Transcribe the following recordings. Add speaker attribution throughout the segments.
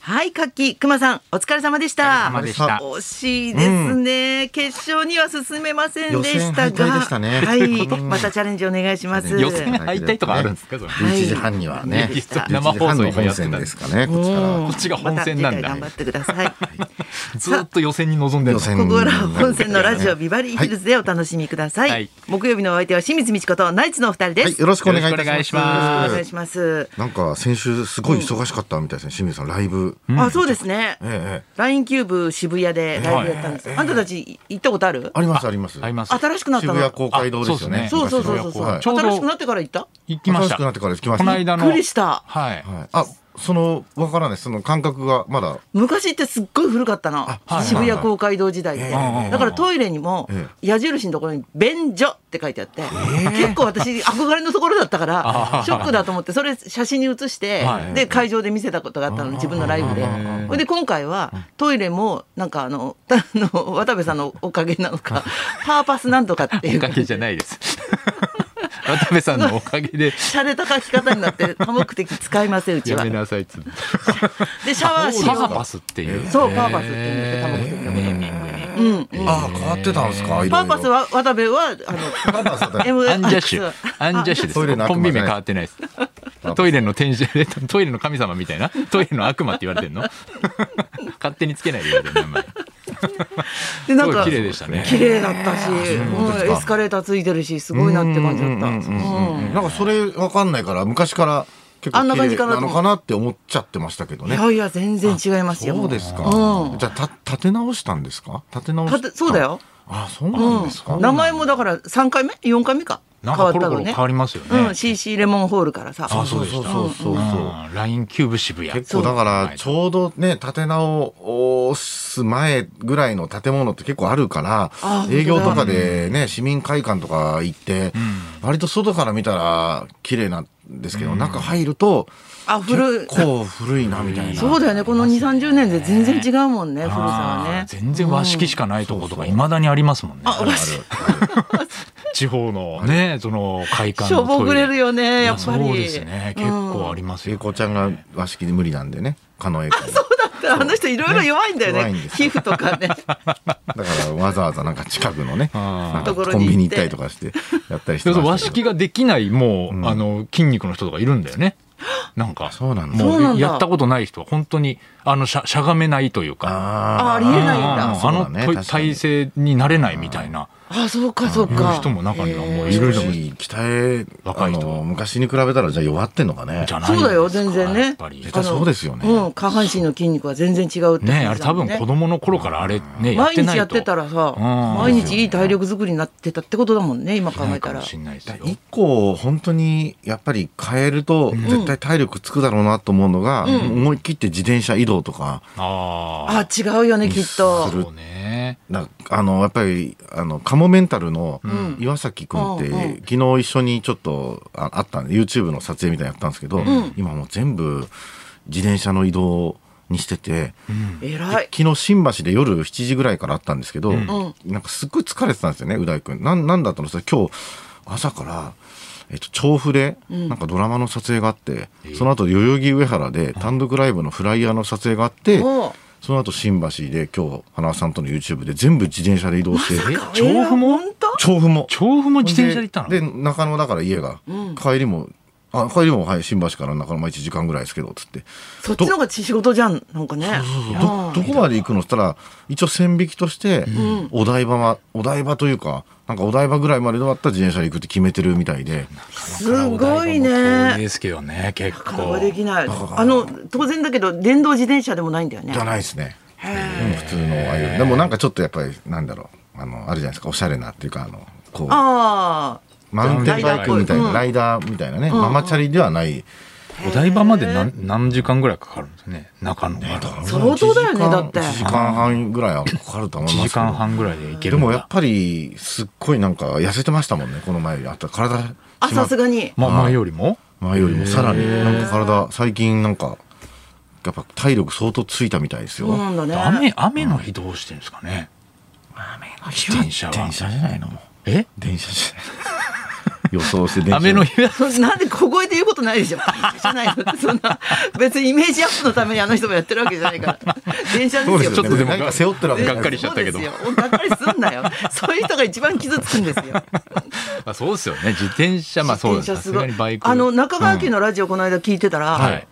Speaker 1: はい、かっき、くまさん、お疲れ様でした。
Speaker 2: お疲れ様でした
Speaker 1: 惜しいですね、決勝には進めませんでした
Speaker 3: 予選敗退
Speaker 1: が。
Speaker 3: でしたね
Speaker 1: はい、またチャレンジお願いします。
Speaker 2: 予選敗退とかあるんですかそれ
Speaker 1: はい
Speaker 3: 11時半にはね、
Speaker 1: い
Speaker 3: 11
Speaker 2: 生放送今や
Speaker 3: 時半の
Speaker 2: って
Speaker 3: 本
Speaker 2: たん
Speaker 3: 戦
Speaker 2: だ
Speaker 3: ですかね、こっちから
Speaker 1: うん
Speaker 3: は
Speaker 2: こっちが本戦なん
Speaker 1: また
Speaker 2: だ
Speaker 1: 次回頑張ってください。
Speaker 2: ずーっと予選に臨んでるの
Speaker 3: 予選
Speaker 1: ここからは本戦のラジオビバリーヒルズでお楽しみください。
Speaker 2: はい
Speaker 1: 木曜日のお相手は清水美智子とナイツのお二人です。
Speaker 3: はい、よろしくお願いいたしま
Speaker 1: お願い
Speaker 3: す。
Speaker 1: します。
Speaker 3: なんか先週すごい忙しかったみたいですね、清水さんライブ。
Speaker 1: あ、そうですね。
Speaker 3: ええ、
Speaker 1: ラインキューブ渋谷でライブやったんです。あんたたち行ったことある？
Speaker 3: ありますあります。
Speaker 2: あります
Speaker 1: 新しくなった
Speaker 3: 渋谷
Speaker 1: の。
Speaker 3: 公会堂ですよね。
Speaker 2: あそ
Speaker 1: そうそうそう
Speaker 3: 昔
Speaker 1: そう
Speaker 3: の
Speaker 1: そう。
Speaker 3: はい
Speaker 2: ちょうど
Speaker 1: 新しくなってから行った？
Speaker 2: 行きまし
Speaker 3: 新
Speaker 2: た
Speaker 3: しくなってから来ました。
Speaker 2: この間
Speaker 1: び
Speaker 2: の
Speaker 1: っくりした。
Speaker 2: はい
Speaker 3: はい。あ、そのわからないですその感覚がまだ。
Speaker 1: 昔ってすっごい古かったの、
Speaker 2: はい
Speaker 1: 渋谷公会堂時代って、
Speaker 2: ええ
Speaker 1: だからトイレにも
Speaker 3: え
Speaker 1: 矢印のところに「便所」って書いてあって、結構私憧れのところだったからショックだと思ってそれ写真に写して、
Speaker 2: はい
Speaker 1: で会場で見せたことがあったの自分のライブで
Speaker 2: え
Speaker 1: ほいで今回はトイレもなんかあの たあの渡部さんのおかげなの かパーパスなんとかってい
Speaker 2: お
Speaker 1: う
Speaker 2: かげじゃないです渡部さんのおかげで
Speaker 1: 洒落た書き方になって多目的使いませんうち
Speaker 2: や
Speaker 1: は
Speaker 2: め。なさいっつって
Speaker 1: でシャワーし
Speaker 2: パ
Speaker 1: よ
Speaker 2: ー
Speaker 1: う
Speaker 2: パスっていう
Speaker 1: そうパーパスって言って多目的の
Speaker 3: あ、変わってたんですか。いろいろ
Speaker 1: パーパス。は渡部はあの
Speaker 3: パー パスだった。
Speaker 1: M
Speaker 2: アンジャッシュ。アンジャッシュで
Speaker 3: トイレの
Speaker 2: す。
Speaker 3: 悪魔
Speaker 2: コンビ名変わってないです。トイレの天使、 トイレの神様みたいな。トイレの悪魔って言わ れてんの勝手につけないでください、名前。
Speaker 1: でなんか
Speaker 2: すごい綺麗でしたね
Speaker 1: 綺麗だったし、
Speaker 3: そうです
Speaker 1: う
Speaker 3: か
Speaker 1: ん、エスカレーターついてるし、すごいなって感じだった。うん
Speaker 3: なんかそれわかんないから昔から結構
Speaker 1: あんな感じ
Speaker 3: 綺
Speaker 1: かな
Speaker 3: 麗な
Speaker 1: と思
Speaker 3: の
Speaker 1: う
Speaker 3: かなって思っちゃってましたけど
Speaker 1: い
Speaker 3: ね。
Speaker 1: やいや、全然違いますよ。
Speaker 3: そうですか。
Speaker 1: うん
Speaker 3: じゃあた立て直したんですか。立て直
Speaker 1: た
Speaker 3: し
Speaker 1: とそうだ。よ。
Speaker 3: あ、そうなんです
Speaker 1: う
Speaker 3: か。
Speaker 1: ん、名前もだから三回目、四回目か。変
Speaker 2: なん
Speaker 1: わ
Speaker 2: か
Speaker 1: っ
Speaker 2: コ
Speaker 1: た
Speaker 2: ロコ
Speaker 1: の
Speaker 2: ロ
Speaker 1: ね
Speaker 2: 変。わりますよ
Speaker 1: う
Speaker 2: ね
Speaker 1: ん、。CC レモンホールからさ。
Speaker 3: あ、そうそうそうそうそう。
Speaker 2: うんラインキューブ渋谷。
Speaker 3: 結構だからちょうどね立て直す前ぐらいの建物って結構あるから
Speaker 1: あ
Speaker 3: 営業
Speaker 1: 本当
Speaker 3: と
Speaker 1: だ
Speaker 3: かでね市民会館とか行って割と外から見たら綺麗なんですけど中入ると
Speaker 1: あ、
Speaker 3: 結
Speaker 1: 古い。
Speaker 3: 構古いなみたいな
Speaker 1: そうだよね、この二三十年で全然違うもんね、古さは
Speaker 2: あー
Speaker 1: ね。
Speaker 2: 全然和式しかないとことか、いまだにありますもんね。
Speaker 1: あ、お かしい。
Speaker 2: 地方のね、その会館
Speaker 1: しょ
Speaker 2: の
Speaker 1: ぼ
Speaker 2: トイ
Speaker 1: く
Speaker 2: レ。
Speaker 1: れるよね、やっぱり。
Speaker 2: そうですね。結構あります
Speaker 3: 英
Speaker 2: よ。
Speaker 3: 子ちゃんが和式で無理なんでね狩野英孝
Speaker 1: そうだった。あの人いろいろ弱いんだよ
Speaker 3: 弱い
Speaker 1: ね
Speaker 3: ん。です
Speaker 1: 皮膚とかね。
Speaker 3: だからわざわざなんか近くのね
Speaker 2: あ
Speaker 3: なん
Speaker 1: ー
Speaker 3: かコンビニ行ったりとかしてやったりして
Speaker 2: で
Speaker 3: ま
Speaker 2: も和
Speaker 3: したけ
Speaker 2: 式
Speaker 3: ど
Speaker 2: ができないもう、
Speaker 3: ん
Speaker 2: あの筋肉の人とかいるんだよね。なんか
Speaker 3: そうなんだ
Speaker 1: そうな
Speaker 2: も
Speaker 1: ん
Speaker 2: う
Speaker 1: だ
Speaker 2: やったことない人は本当にあのしゃしゃがめないというか。
Speaker 1: あ、あ
Speaker 3: あ
Speaker 1: りえないんだ。
Speaker 2: うん
Speaker 3: そう
Speaker 2: あ
Speaker 3: だ
Speaker 2: の
Speaker 3: ね
Speaker 2: と
Speaker 3: 確かに
Speaker 2: 体勢になれないみたいな。
Speaker 1: あ、そうか、そうか。
Speaker 2: いう人も中にはもう
Speaker 3: あ
Speaker 2: い
Speaker 3: い
Speaker 2: る
Speaker 3: ろいろ
Speaker 2: し
Speaker 3: 鍛え
Speaker 2: 若い人
Speaker 3: あの昔に比べたらじゃあ弱ってんのかね
Speaker 2: じゃな
Speaker 1: そ
Speaker 2: い
Speaker 1: うだよ、
Speaker 2: ですか
Speaker 1: 全然
Speaker 2: や
Speaker 1: ね
Speaker 2: っぱり。
Speaker 3: 絶対そうですよね
Speaker 1: あのうん、下半身の筋肉は全然違うって感じだもん、
Speaker 2: ねあれ多分子供の頃からあれねやっ
Speaker 1: 毎
Speaker 2: てない
Speaker 1: 日
Speaker 2: と。
Speaker 1: やってたらさ、
Speaker 2: うん
Speaker 1: 毎日いい体力作りになってたってことだもんね、今考
Speaker 2: な
Speaker 1: え
Speaker 2: い
Speaker 1: た
Speaker 2: からも。しれないですよ。
Speaker 3: 一個本当にやっぱり変えると絶対体力つくだろうなと思うのが、思い切って自転車移動とか
Speaker 2: ああ。
Speaker 1: あ、違うよね、きっと
Speaker 3: す。る
Speaker 2: そうね。
Speaker 3: なあのやっぱりあのカモメンタルの
Speaker 1: ん
Speaker 3: 岩崎君って、
Speaker 1: うんうん
Speaker 3: 昨日一緒にちょっとああったんで YouTube の撮影みたいなのやったんですけど、
Speaker 1: ん
Speaker 3: 今もう全部自転車の移動にしてて、
Speaker 1: えらい。
Speaker 3: 昨日新橋で夜7時ぐらいからあったんですけど、
Speaker 1: ん
Speaker 3: なんかすっごい疲れてたんですよねう大君なんなんだったのさ今日朝から、えっと、調布でなんかドラマの撮影があって、その後代々木上原で単独ライブのフライヤーの撮影があって、
Speaker 1: も
Speaker 3: その後新橋で今日花輪さんとの YouTube で全部自転車で移動して、
Speaker 2: え
Speaker 3: え
Speaker 1: う、
Speaker 2: 調布も
Speaker 1: 本当
Speaker 3: 調布も
Speaker 2: 調布も自転車で行ったの
Speaker 3: でで中野だから家が、帰りもあ帰りも、はい、新橋から中野まあ1時間ぐらいですけどつって
Speaker 1: そっちの方が仕事じゃん、なんかね。
Speaker 3: どどこまで行くのっつったら一応線引きとして、お台場はお台場というかなんかお台場ぐらいまでだったら自転車で行くって決めてるみたいで
Speaker 1: すごいね。
Speaker 2: ですけどね、結
Speaker 1: なかな
Speaker 2: 構
Speaker 1: か。できない。あの、当然だけど、電動自転車でもないんだよね
Speaker 3: じ。ゃないですね、うん普通のああいうでもなんかちょっとやっぱりなんだろうあのあるじゃないですかおしゃれなっていうかあのこう
Speaker 1: ああ。
Speaker 3: マウンテンバイクみたいなライダーみたいなね、ママチャリではない、
Speaker 2: お台場まで何何時間ぐらいかかるんですね。中野まで。
Speaker 1: 相当だよねだって
Speaker 3: 1時間半ぐらいはかかると思い
Speaker 2: 1時
Speaker 3: ますけど
Speaker 2: 間半ぐらいで行け
Speaker 3: で
Speaker 2: るんだ
Speaker 3: もやっぱりすっごいなんか痩せてましたもんねこの前よりあと体締ま
Speaker 1: あ、
Speaker 3: っ
Speaker 1: さすがに。
Speaker 2: まあ前よりも
Speaker 3: 前よりもさらになんか体最近なんかやっぱ体力相当ついたみたいですよ、
Speaker 1: そうなんだね。
Speaker 2: 雨雨の日どうしてるんですかね、
Speaker 3: 雨の
Speaker 2: 自転車は
Speaker 3: 電車じゃないのもう
Speaker 2: え
Speaker 3: 電車じゃない予想して電車
Speaker 2: 雨の
Speaker 3: に
Speaker 2: 日だ
Speaker 1: それ なんで小声で言うことないでしょ。じゃないのそんな別にイメージアップのためにあの人もやってるわけじゃないから。電車です
Speaker 3: そう
Speaker 1: よ。
Speaker 3: ですよね
Speaker 2: ちょっとでも
Speaker 3: なんか背負ってるわけじ
Speaker 2: が
Speaker 3: ゃな
Speaker 2: っ
Speaker 3: い
Speaker 2: かりしちゃったけど
Speaker 1: そうですよがっかりすんなよ。そういう人が一番傷つくんですよ。
Speaker 2: あそうですよね自転車まあそう
Speaker 1: 自
Speaker 2: さ
Speaker 1: 転車
Speaker 2: す
Speaker 1: すご
Speaker 2: が
Speaker 1: い
Speaker 2: にバイク
Speaker 1: あの中川家のラジオこの間聞いてたら、
Speaker 2: はい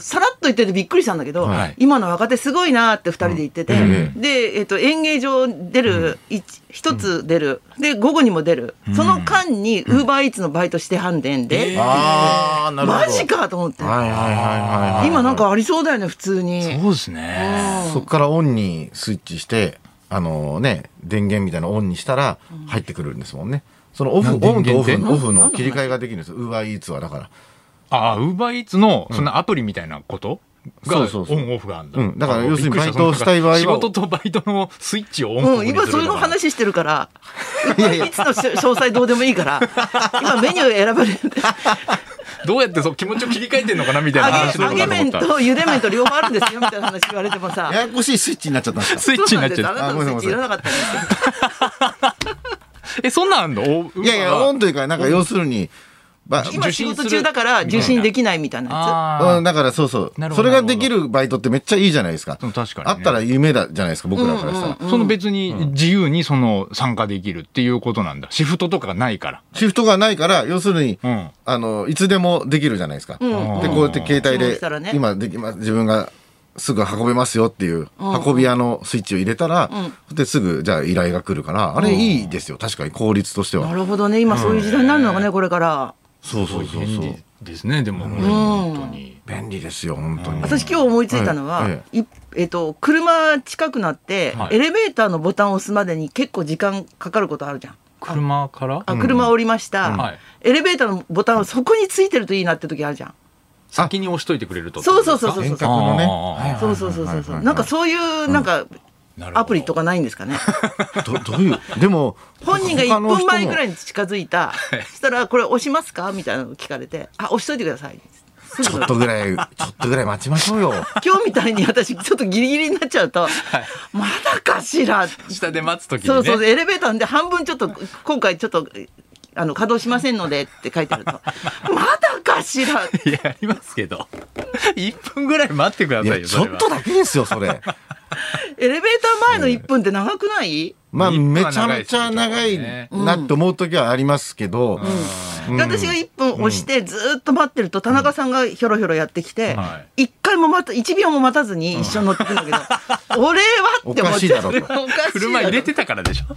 Speaker 1: さらっと言っててびっくりしたんだけど、
Speaker 2: はい
Speaker 1: 今の若手すごいなって2人で言ってて、
Speaker 3: うん
Speaker 1: で、えっと演芸場出る一一つ出るで午後にも出る、その間にウーバーイーツのバイトしてはんでんで、
Speaker 3: ああなるほど
Speaker 1: マジかと思って、
Speaker 3: はいはいはいはいはい
Speaker 1: 今なんかありそうだよね普通に。
Speaker 2: そうですね
Speaker 3: そこからオンにスイッチして、あのね、電源みたいなのオンにしたら入ってくるんですもんね。そのオフ、
Speaker 2: な
Speaker 3: オンとオフ
Speaker 2: 電源
Speaker 3: の、
Speaker 2: って
Speaker 3: オフの切り替えができるんですよ。ウーバーイーツはだから。
Speaker 2: ああウーバーイーツのそんなアプリみたいなことが
Speaker 3: そ
Speaker 2: オ
Speaker 3: うそうそう
Speaker 2: ンオフがあるんだ、
Speaker 3: うんだから
Speaker 2: あ
Speaker 3: 要するに
Speaker 2: びっくり
Speaker 3: バイトをしたい場合は
Speaker 2: 仕事とバイトのスイッチをオンオフにする
Speaker 1: う
Speaker 2: の
Speaker 1: ん、
Speaker 2: が
Speaker 1: 今そういう話してるから、いつの詳細どうでもいいから、今メニュー選ばれる。
Speaker 2: どうやってそう気持ちを切り替えてんのかなみたいな
Speaker 1: 揚
Speaker 2: 話
Speaker 1: げ
Speaker 2: な
Speaker 1: 揚
Speaker 2: の
Speaker 1: げ
Speaker 2: かと
Speaker 1: 麺
Speaker 2: 思った
Speaker 1: と茹で麺と両方あるんですよみたいな話言われてもさ
Speaker 3: や。やこしいスイッチになっちゃったんですか
Speaker 2: スイッチになっちゃ
Speaker 1: そううなんですあなたのスイッチいらなかったんですよ。
Speaker 2: えそんなんあんのお
Speaker 3: いやいや、オンというか、なんか要するに、ば
Speaker 1: 今仕事中だから受信できないみたいなや
Speaker 2: あ
Speaker 3: う
Speaker 2: ー
Speaker 3: ん、だからそうそう
Speaker 2: なる。ほ
Speaker 3: そ
Speaker 2: ど
Speaker 3: れができるバイトってめっちゃいいじゃないですか。
Speaker 2: うん確かにね
Speaker 3: あったら夢だじゃないですか、僕らからしたら。
Speaker 2: その別に自由にその参加できるっていうことなんだシフトとかがないから
Speaker 3: シフトがないから、要するに、
Speaker 2: うん
Speaker 3: あの、いつでもできるじゃないですか。
Speaker 1: ん
Speaker 3: で、こうやって携帯
Speaker 1: 注文
Speaker 3: で
Speaker 1: したらね、
Speaker 3: 今できます、自分がすぐ運べますよっていう、運び屋のスイッチを入れたら、で、すぐ、じゃあ依頼が来るから、あれいいですよ。確かに効率として
Speaker 1: つ。な
Speaker 3: は。
Speaker 1: るほどね、今そういう時代になるのかね、これから。
Speaker 3: そうそうそう
Speaker 2: 便
Speaker 3: そ
Speaker 2: 利
Speaker 3: う。
Speaker 2: ですねでもこれ本当に
Speaker 3: 便利ですよ、本当に。
Speaker 1: 私今日思いついたのは、
Speaker 3: はいい
Speaker 1: えっと、車近くなって、
Speaker 2: はい
Speaker 1: エレベーターのボタンを押すまでに結構時間かかることあるじゃん。
Speaker 2: 車から
Speaker 1: あ車降りました、
Speaker 2: んはい
Speaker 1: エレベーターのボタンをそこについてるといいなって時あるじゃん。
Speaker 2: 先に押しといてくれると
Speaker 1: そうそうそうそう
Speaker 3: 遠隔のね
Speaker 2: あー
Speaker 3: はいはいはいはい。
Speaker 1: そうそうそうそうそう。
Speaker 3: はい
Speaker 1: なんかそういうなんか
Speaker 2: なるほど
Speaker 1: アプリとかないんですかね。
Speaker 3: どどういう、でも、
Speaker 1: 本人が1分前ぐら
Speaker 3: い。
Speaker 1: いに近づいた。そしたらこれ押しますかみたいなのを聞かれて、あ押しといてください。すぐ
Speaker 3: ちょっとぐらい、ちょっとぐらい待ちましょうよ。
Speaker 1: 今日みたいに私ちょっとギリギリになっちゃうと、まだかしら。
Speaker 2: 下で待つ時にね
Speaker 1: そうそうエレベーターで半分ちょっと今回ちょっとあの稼働しませんのでって書い てあると、まだかしら。
Speaker 2: いやありますけど1分ぐらい待ってくだ
Speaker 3: い
Speaker 2: さ
Speaker 3: や
Speaker 2: い、よ
Speaker 3: ちょっとだけですよ、それ。
Speaker 1: エレベーター前の1分って長くない？
Speaker 3: まあ、
Speaker 2: 一分
Speaker 3: め
Speaker 2: は
Speaker 3: ちゃ
Speaker 2: 長い
Speaker 3: め
Speaker 2: です
Speaker 3: ちゃ長いなって思う時はありますけど、うん
Speaker 1: で私が1分押してずーっと待ってると田中さんがひょろひょろやってきて、
Speaker 2: は
Speaker 1: 一回も待た1秒も待たずに一緒に乗ってくんだけど、 俺はって思
Speaker 3: おか
Speaker 1: っ
Speaker 3: しい
Speaker 1: て
Speaker 3: だろと
Speaker 1: おかしいだろ
Speaker 2: 車入れてたからでしょ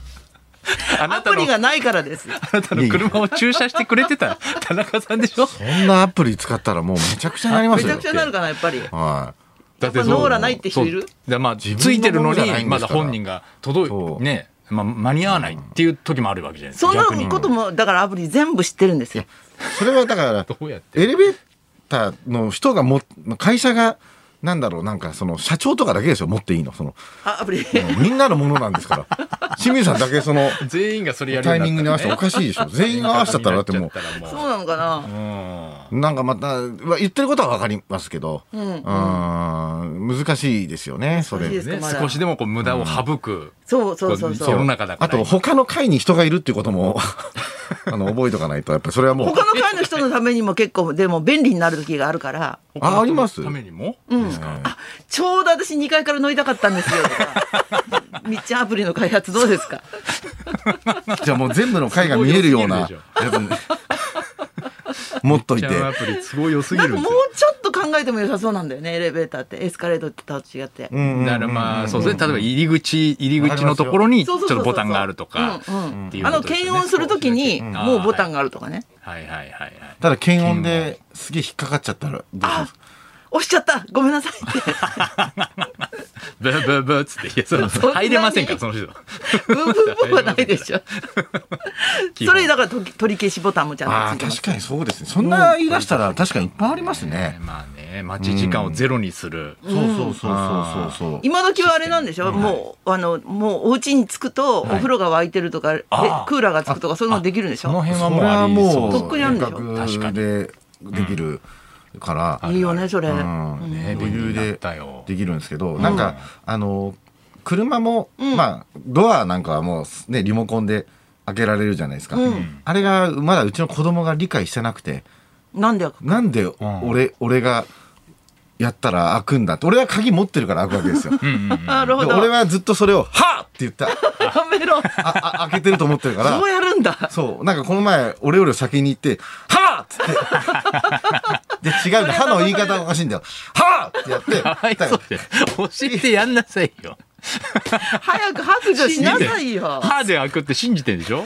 Speaker 2: あな
Speaker 1: ア
Speaker 2: た
Speaker 1: プ
Speaker 2: の
Speaker 1: リがないからです
Speaker 2: あなたの車を駐車してくれてた 田中さんでしょ
Speaker 3: こんなアプリ使ったらもうめちゃくちゃになりま
Speaker 1: め
Speaker 3: す
Speaker 1: ち
Speaker 3: よ。
Speaker 1: ゃくちゃになるかなやっぱり
Speaker 3: は
Speaker 2: だ
Speaker 1: やっぱノーラないって人いる
Speaker 2: そうでまあ
Speaker 3: 自分の
Speaker 2: ついてるの
Speaker 3: ものじゃ
Speaker 2: に
Speaker 3: ないん
Speaker 2: ま
Speaker 3: です
Speaker 2: だ
Speaker 3: から
Speaker 2: 本人が届
Speaker 3: そ
Speaker 2: いうね、まあ、間に合わないっていう時もあるわけじゃないです
Speaker 1: そ
Speaker 2: か
Speaker 1: んな
Speaker 2: 逆に
Speaker 1: こともだからアプリ全部知ってるんですよ
Speaker 3: い。それはだから、
Speaker 2: どうやって
Speaker 3: エレベーターの人がも、会社が、なんだろう、なんかその社長とかだけですよ、持っていいの。その、
Speaker 1: あアプリ
Speaker 3: みんなのものなんですから。清水さんだけその、
Speaker 2: 全員がそれやるよ
Speaker 3: タ
Speaker 2: う
Speaker 3: イミングに合わせてお
Speaker 2: なった
Speaker 3: かしいでしょ。全員合わせちゃったら、だっても
Speaker 2: う
Speaker 1: そうなのかな
Speaker 2: うん
Speaker 3: う、なんかまた、まあ言ってることはわかりますけど、うん難しいですよね、そ
Speaker 1: 難しいで
Speaker 3: れ。
Speaker 1: すか
Speaker 2: ね
Speaker 1: まだ
Speaker 2: 少しでもこう無駄を省く、
Speaker 1: そうそうそうそ
Speaker 2: 世の
Speaker 1: う
Speaker 2: 中だか
Speaker 3: あ
Speaker 2: ら
Speaker 3: と、他の会に人がいるっていうことも、 あの、覚えとかないと、やっぱりそれはもう、
Speaker 1: 他の会の人のためにも結構でも便利になる時があるから
Speaker 2: 他の
Speaker 3: ああります
Speaker 2: ためにも、
Speaker 1: ちょうど私2階から乗りたかったんですよとかみっちゃんアプリの開発どうですか
Speaker 3: じゃあもう全部の回が見えるような
Speaker 2: すごい良
Speaker 3: やつ 持っとい
Speaker 2: じ
Speaker 3: て
Speaker 2: ゃあアプリすごい良すぎ
Speaker 1: なん
Speaker 2: るん
Speaker 1: か
Speaker 2: です
Speaker 1: も
Speaker 2: よ
Speaker 1: うちょっと考えても良さそうなんだよねエレベーターってエスカレートと違って、
Speaker 2: だからまあそうですね例えば入り口入り口のところにちょっとボタンがあるとか
Speaker 1: そうそうそうそううんうん
Speaker 2: っていう
Speaker 1: あ
Speaker 2: こ
Speaker 1: の
Speaker 2: とですよね
Speaker 1: 検温するときに
Speaker 2: うん
Speaker 1: もうボタンがあるとかね
Speaker 2: はいはいはいはい
Speaker 3: ただ検温ですげえ引っかかっちゃったらどうしますか
Speaker 1: 押しちゃったごめんなさい って
Speaker 2: ブーブーブーっつっていやその
Speaker 1: そんなに
Speaker 2: 入れませんからその人
Speaker 1: ブンブン ブンはないでしょ
Speaker 2: 基
Speaker 1: そ
Speaker 2: 本
Speaker 1: れだからと取り消しボタンもちゃ
Speaker 3: あ
Speaker 1: ん
Speaker 3: ー
Speaker 1: とついてます
Speaker 3: 確かにそうですねそんな言い出したら確かにいっぱいありますね、
Speaker 2: まあね待ち時間をゼロにする
Speaker 3: そうそうそうそうそうそう
Speaker 1: 今時はあれなんでしょ、もうあのもうお家に着くとお風呂が沸いてるとか、え
Speaker 2: あー
Speaker 1: クーラーがつくとかそういうのできるんでし
Speaker 2: その
Speaker 1: ょ
Speaker 2: 辺は
Speaker 3: そ
Speaker 2: もう
Speaker 3: れ
Speaker 2: あ
Speaker 3: は
Speaker 2: りそ
Speaker 3: も
Speaker 2: う
Speaker 3: う
Speaker 1: とっくにあるんでしょ
Speaker 3: 遠隔でできるから、
Speaker 1: いいよねそれ、
Speaker 3: うん
Speaker 2: ね
Speaker 3: 余
Speaker 2: 便利
Speaker 3: 裕
Speaker 2: になっ
Speaker 3: で
Speaker 2: たよ
Speaker 3: できるんですけど、なんかあの車も、まあドアなんかはもうねリモコンで開けられるじゃないですか、
Speaker 1: うん
Speaker 3: あれがまだうちの子供が理解してなくて
Speaker 1: なんでよ
Speaker 3: なんで俺,、俺がやったら開くんだって俺は鍵持ってるから開くわけですよ。で
Speaker 2: うんうんう ん
Speaker 1: なるほど
Speaker 3: 俺はずっとそれを「はっ!」って言った
Speaker 1: やめ ろ
Speaker 3: ああ開けてると思ってるから
Speaker 1: そうやるんだ
Speaker 3: そう。なんかこの前、俺より先に行って、はぁっつ って。で、違うんだ。歯の言い方がおかしいんだよ。はぁってやって。
Speaker 2: かわいそうで教えてやんなさいよ
Speaker 1: 早く白状しなさいよ
Speaker 2: 歯で開くって信じてんでしょ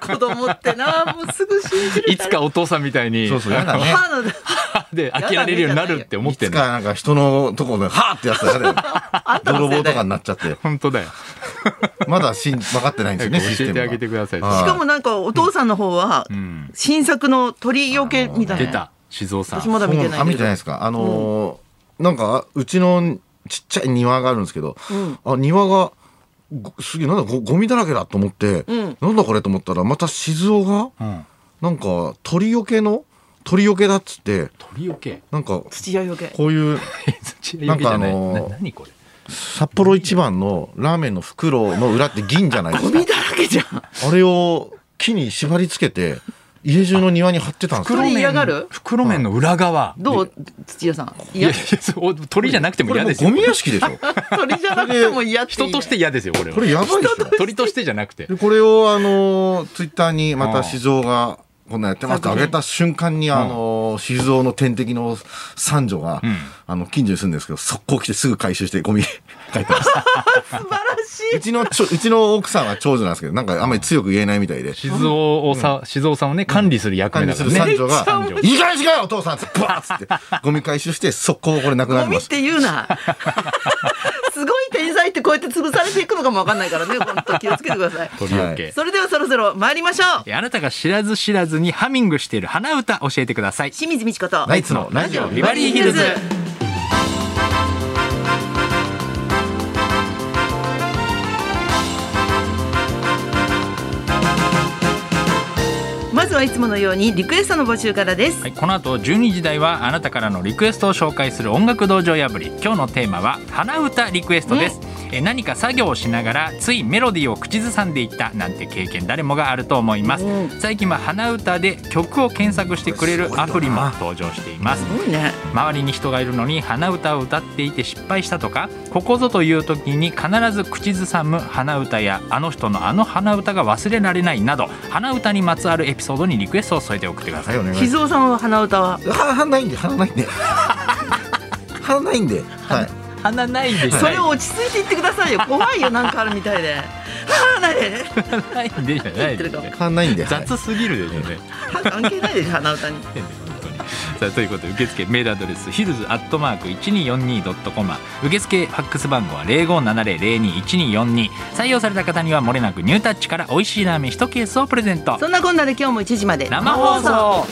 Speaker 1: 子供ってなもうすぐ信じる
Speaker 2: いつかお父さんみたいに
Speaker 3: そうそう、やだね。
Speaker 1: 歯の
Speaker 2: 歯で開けられるようになるって思っ
Speaker 3: い
Speaker 2: て
Speaker 3: つ
Speaker 2: んの
Speaker 3: かなんか人のとこで、はぁってやつやだ よ。
Speaker 1: あんたの
Speaker 3: 泥
Speaker 1: せ
Speaker 3: 棒
Speaker 1: い
Speaker 3: と
Speaker 1: だよ
Speaker 3: かになっちゃって。
Speaker 2: 本当だよ
Speaker 3: まだしん分かってないんです
Speaker 2: 早
Speaker 3: よ
Speaker 2: く
Speaker 3: ね、シス
Speaker 2: 教え
Speaker 3: テム
Speaker 2: て
Speaker 3: が。
Speaker 2: あげてください
Speaker 3: あ
Speaker 1: しかもなんかお父さんの方は
Speaker 2: ん
Speaker 1: 新作の鳥よけみたいな
Speaker 2: 出た静雄さん
Speaker 1: 私まだ見て
Speaker 3: そう
Speaker 1: な
Speaker 3: あ
Speaker 1: い
Speaker 3: 見てない
Speaker 1: け
Speaker 3: ですか。あのーなんか、うちのちっちゃい庭があるんですけど、
Speaker 1: ん
Speaker 3: あ、庭が、ごすげえ、なんだご、ゴミだらけだと思って、
Speaker 1: うん
Speaker 3: なんだこれと思ったら、また静雄が、
Speaker 2: うん
Speaker 3: なんか、鳥よけの、鳥よけだっつって、
Speaker 2: 鳥よけ
Speaker 3: なんか、
Speaker 1: 土屋よけ
Speaker 3: こういう
Speaker 2: 土屋よけじゃない
Speaker 3: なんかあのー
Speaker 2: な何これ
Speaker 3: 札幌一番のラーメンの袋の裏って銀じゃないで
Speaker 1: ゴ
Speaker 3: すか
Speaker 1: ミ。だらけじゃん
Speaker 3: あれを木に縛り付けて、家中の庭に貼ってたんですよ
Speaker 1: そ。れ嫌がる
Speaker 2: 袋麺の裏側
Speaker 1: どう土屋さん
Speaker 2: い
Speaker 1: い
Speaker 2: や
Speaker 1: や
Speaker 2: いやそう鳥じゃなくても
Speaker 3: これ
Speaker 2: 嫌
Speaker 3: もう
Speaker 2: です
Speaker 3: ゴ
Speaker 2: よ
Speaker 3: ミ屋敷でしょ。
Speaker 1: 鳥じゃなくても嫌って言
Speaker 2: 人
Speaker 1: う
Speaker 2: として嫌ですよこれは
Speaker 3: これやばいでしょ。
Speaker 2: 鳥としてじゃなくて
Speaker 3: でこれをあのツイッターにまた静雄がこんなやってますって上げた瞬間にあの静雄の天敵の三女が、
Speaker 2: ん
Speaker 3: あの近所に住んでるんですけど速攻来てすぐ回収してゴミ書いてました
Speaker 1: 素晴らし
Speaker 3: うちのちょうちの奥さんは長女なんですけどなんかあんまり強く言えないみたいで
Speaker 2: 静雄をさ静雄さんをね管理する役目
Speaker 3: 管理
Speaker 2: だか
Speaker 3: する
Speaker 2: らね
Speaker 3: 三女が
Speaker 2: 三女
Speaker 3: 「いい加減にしろよお父さん!」ってバーッつってゴミ回収して速攻これなく
Speaker 1: いゴ
Speaker 3: なり
Speaker 1: ミ
Speaker 3: ま
Speaker 1: っ
Speaker 3: した
Speaker 1: て言うなすごい天才ってこうやって潰されていくのかもわかんないからね本当気をつけてください
Speaker 2: 鳥よけ
Speaker 1: それではそろそろ参りましょう
Speaker 2: えあなたが知らず知らずにハミングしている鼻歌教えてください
Speaker 1: 清水美智子と
Speaker 3: ナイツのラジオビバリーヒルズ
Speaker 1: まずはいつものようにリクエストの募集からです、
Speaker 2: はい、この後12時台はあなたからのリクエストを紹介する音楽道場破り今日のテーマは鼻歌リクエストです、え何か作業をしながらついメロディーを口ずさんでいったなんて経験誰もがあると思います、
Speaker 1: うん
Speaker 2: 最近は鼻歌で曲を検索してくれるアプリも登場しています
Speaker 1: すごいね
Speaker 2: 周りに人がいるのに鼻歌を歌っていて失敗したとかここぞという時に必ず口ずさむ鼻歌やあの人のあの鼻歌が忘れられないなど鼻歌にまつわるエピソードにリクエストを添えて送ってください
Speaker 3: はいお願いし
Speaker 1: 静雄さんは鼻歌は
Speaker 3: ますははないんではないんではないんではい
Speaker 2: 鼻ないで
Speaker 1: それを落ち着いて言ってくださいよ怖いよなんかあるみたい ではあない
Speaker 2: 鼻ないでじゃないですね
Speaker 3: はないんではい
Speaker 2: 雑すぎるでしょうね、
Speaker 1: 歯関係ないでしょ鼻歌に
Speaker 2: 本当にさあということで受付メールアドレスヒルズアットマーク 1242.com 受付ファックス番号は0570021242採用された方にはもれなくニュータッチから美味しいラーメン1ケースをプレゼント
Speaker 1: そんなこんなで今日も1時まで
Speaker 2: 生放送
Speaker 4: 放送